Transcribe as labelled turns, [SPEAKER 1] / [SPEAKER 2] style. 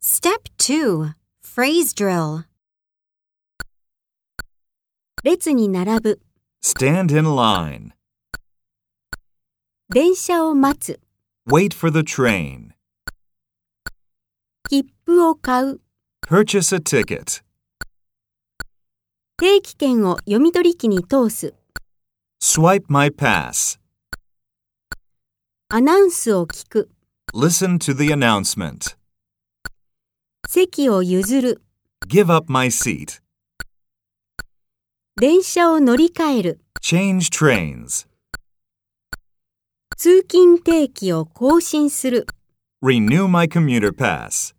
[SPEAKER 1] Step 2 Phrase Drill 列に並ぶ、
[SPEAKER 2] Stand in line.
[SPEAKER 1] 電車を待つ、
[SPEAKER 2] Wait for the train.
[SPEAKER 1] 切符を買う、
[SPEAKER 2] Purchase a ticket.
[SPEAKER 1] 定期券を読み取り機に通す、
[SPEAKER 2] Swipe my pass.
[SPEAKER 1] アナウンスを聞く、
[SPEAKER 2] Listen to the announcement.
[SPEAKER 1] 席を譲る、
[SPEAKER 2] Give up my seat.
[SPEAKER 1] 電車を乗り換える、
[SPEAKER 2] Change trains.
[SPEAKER 1] 通勤定期を更新する。
[SPEAKER 2] Renew my commuter pass.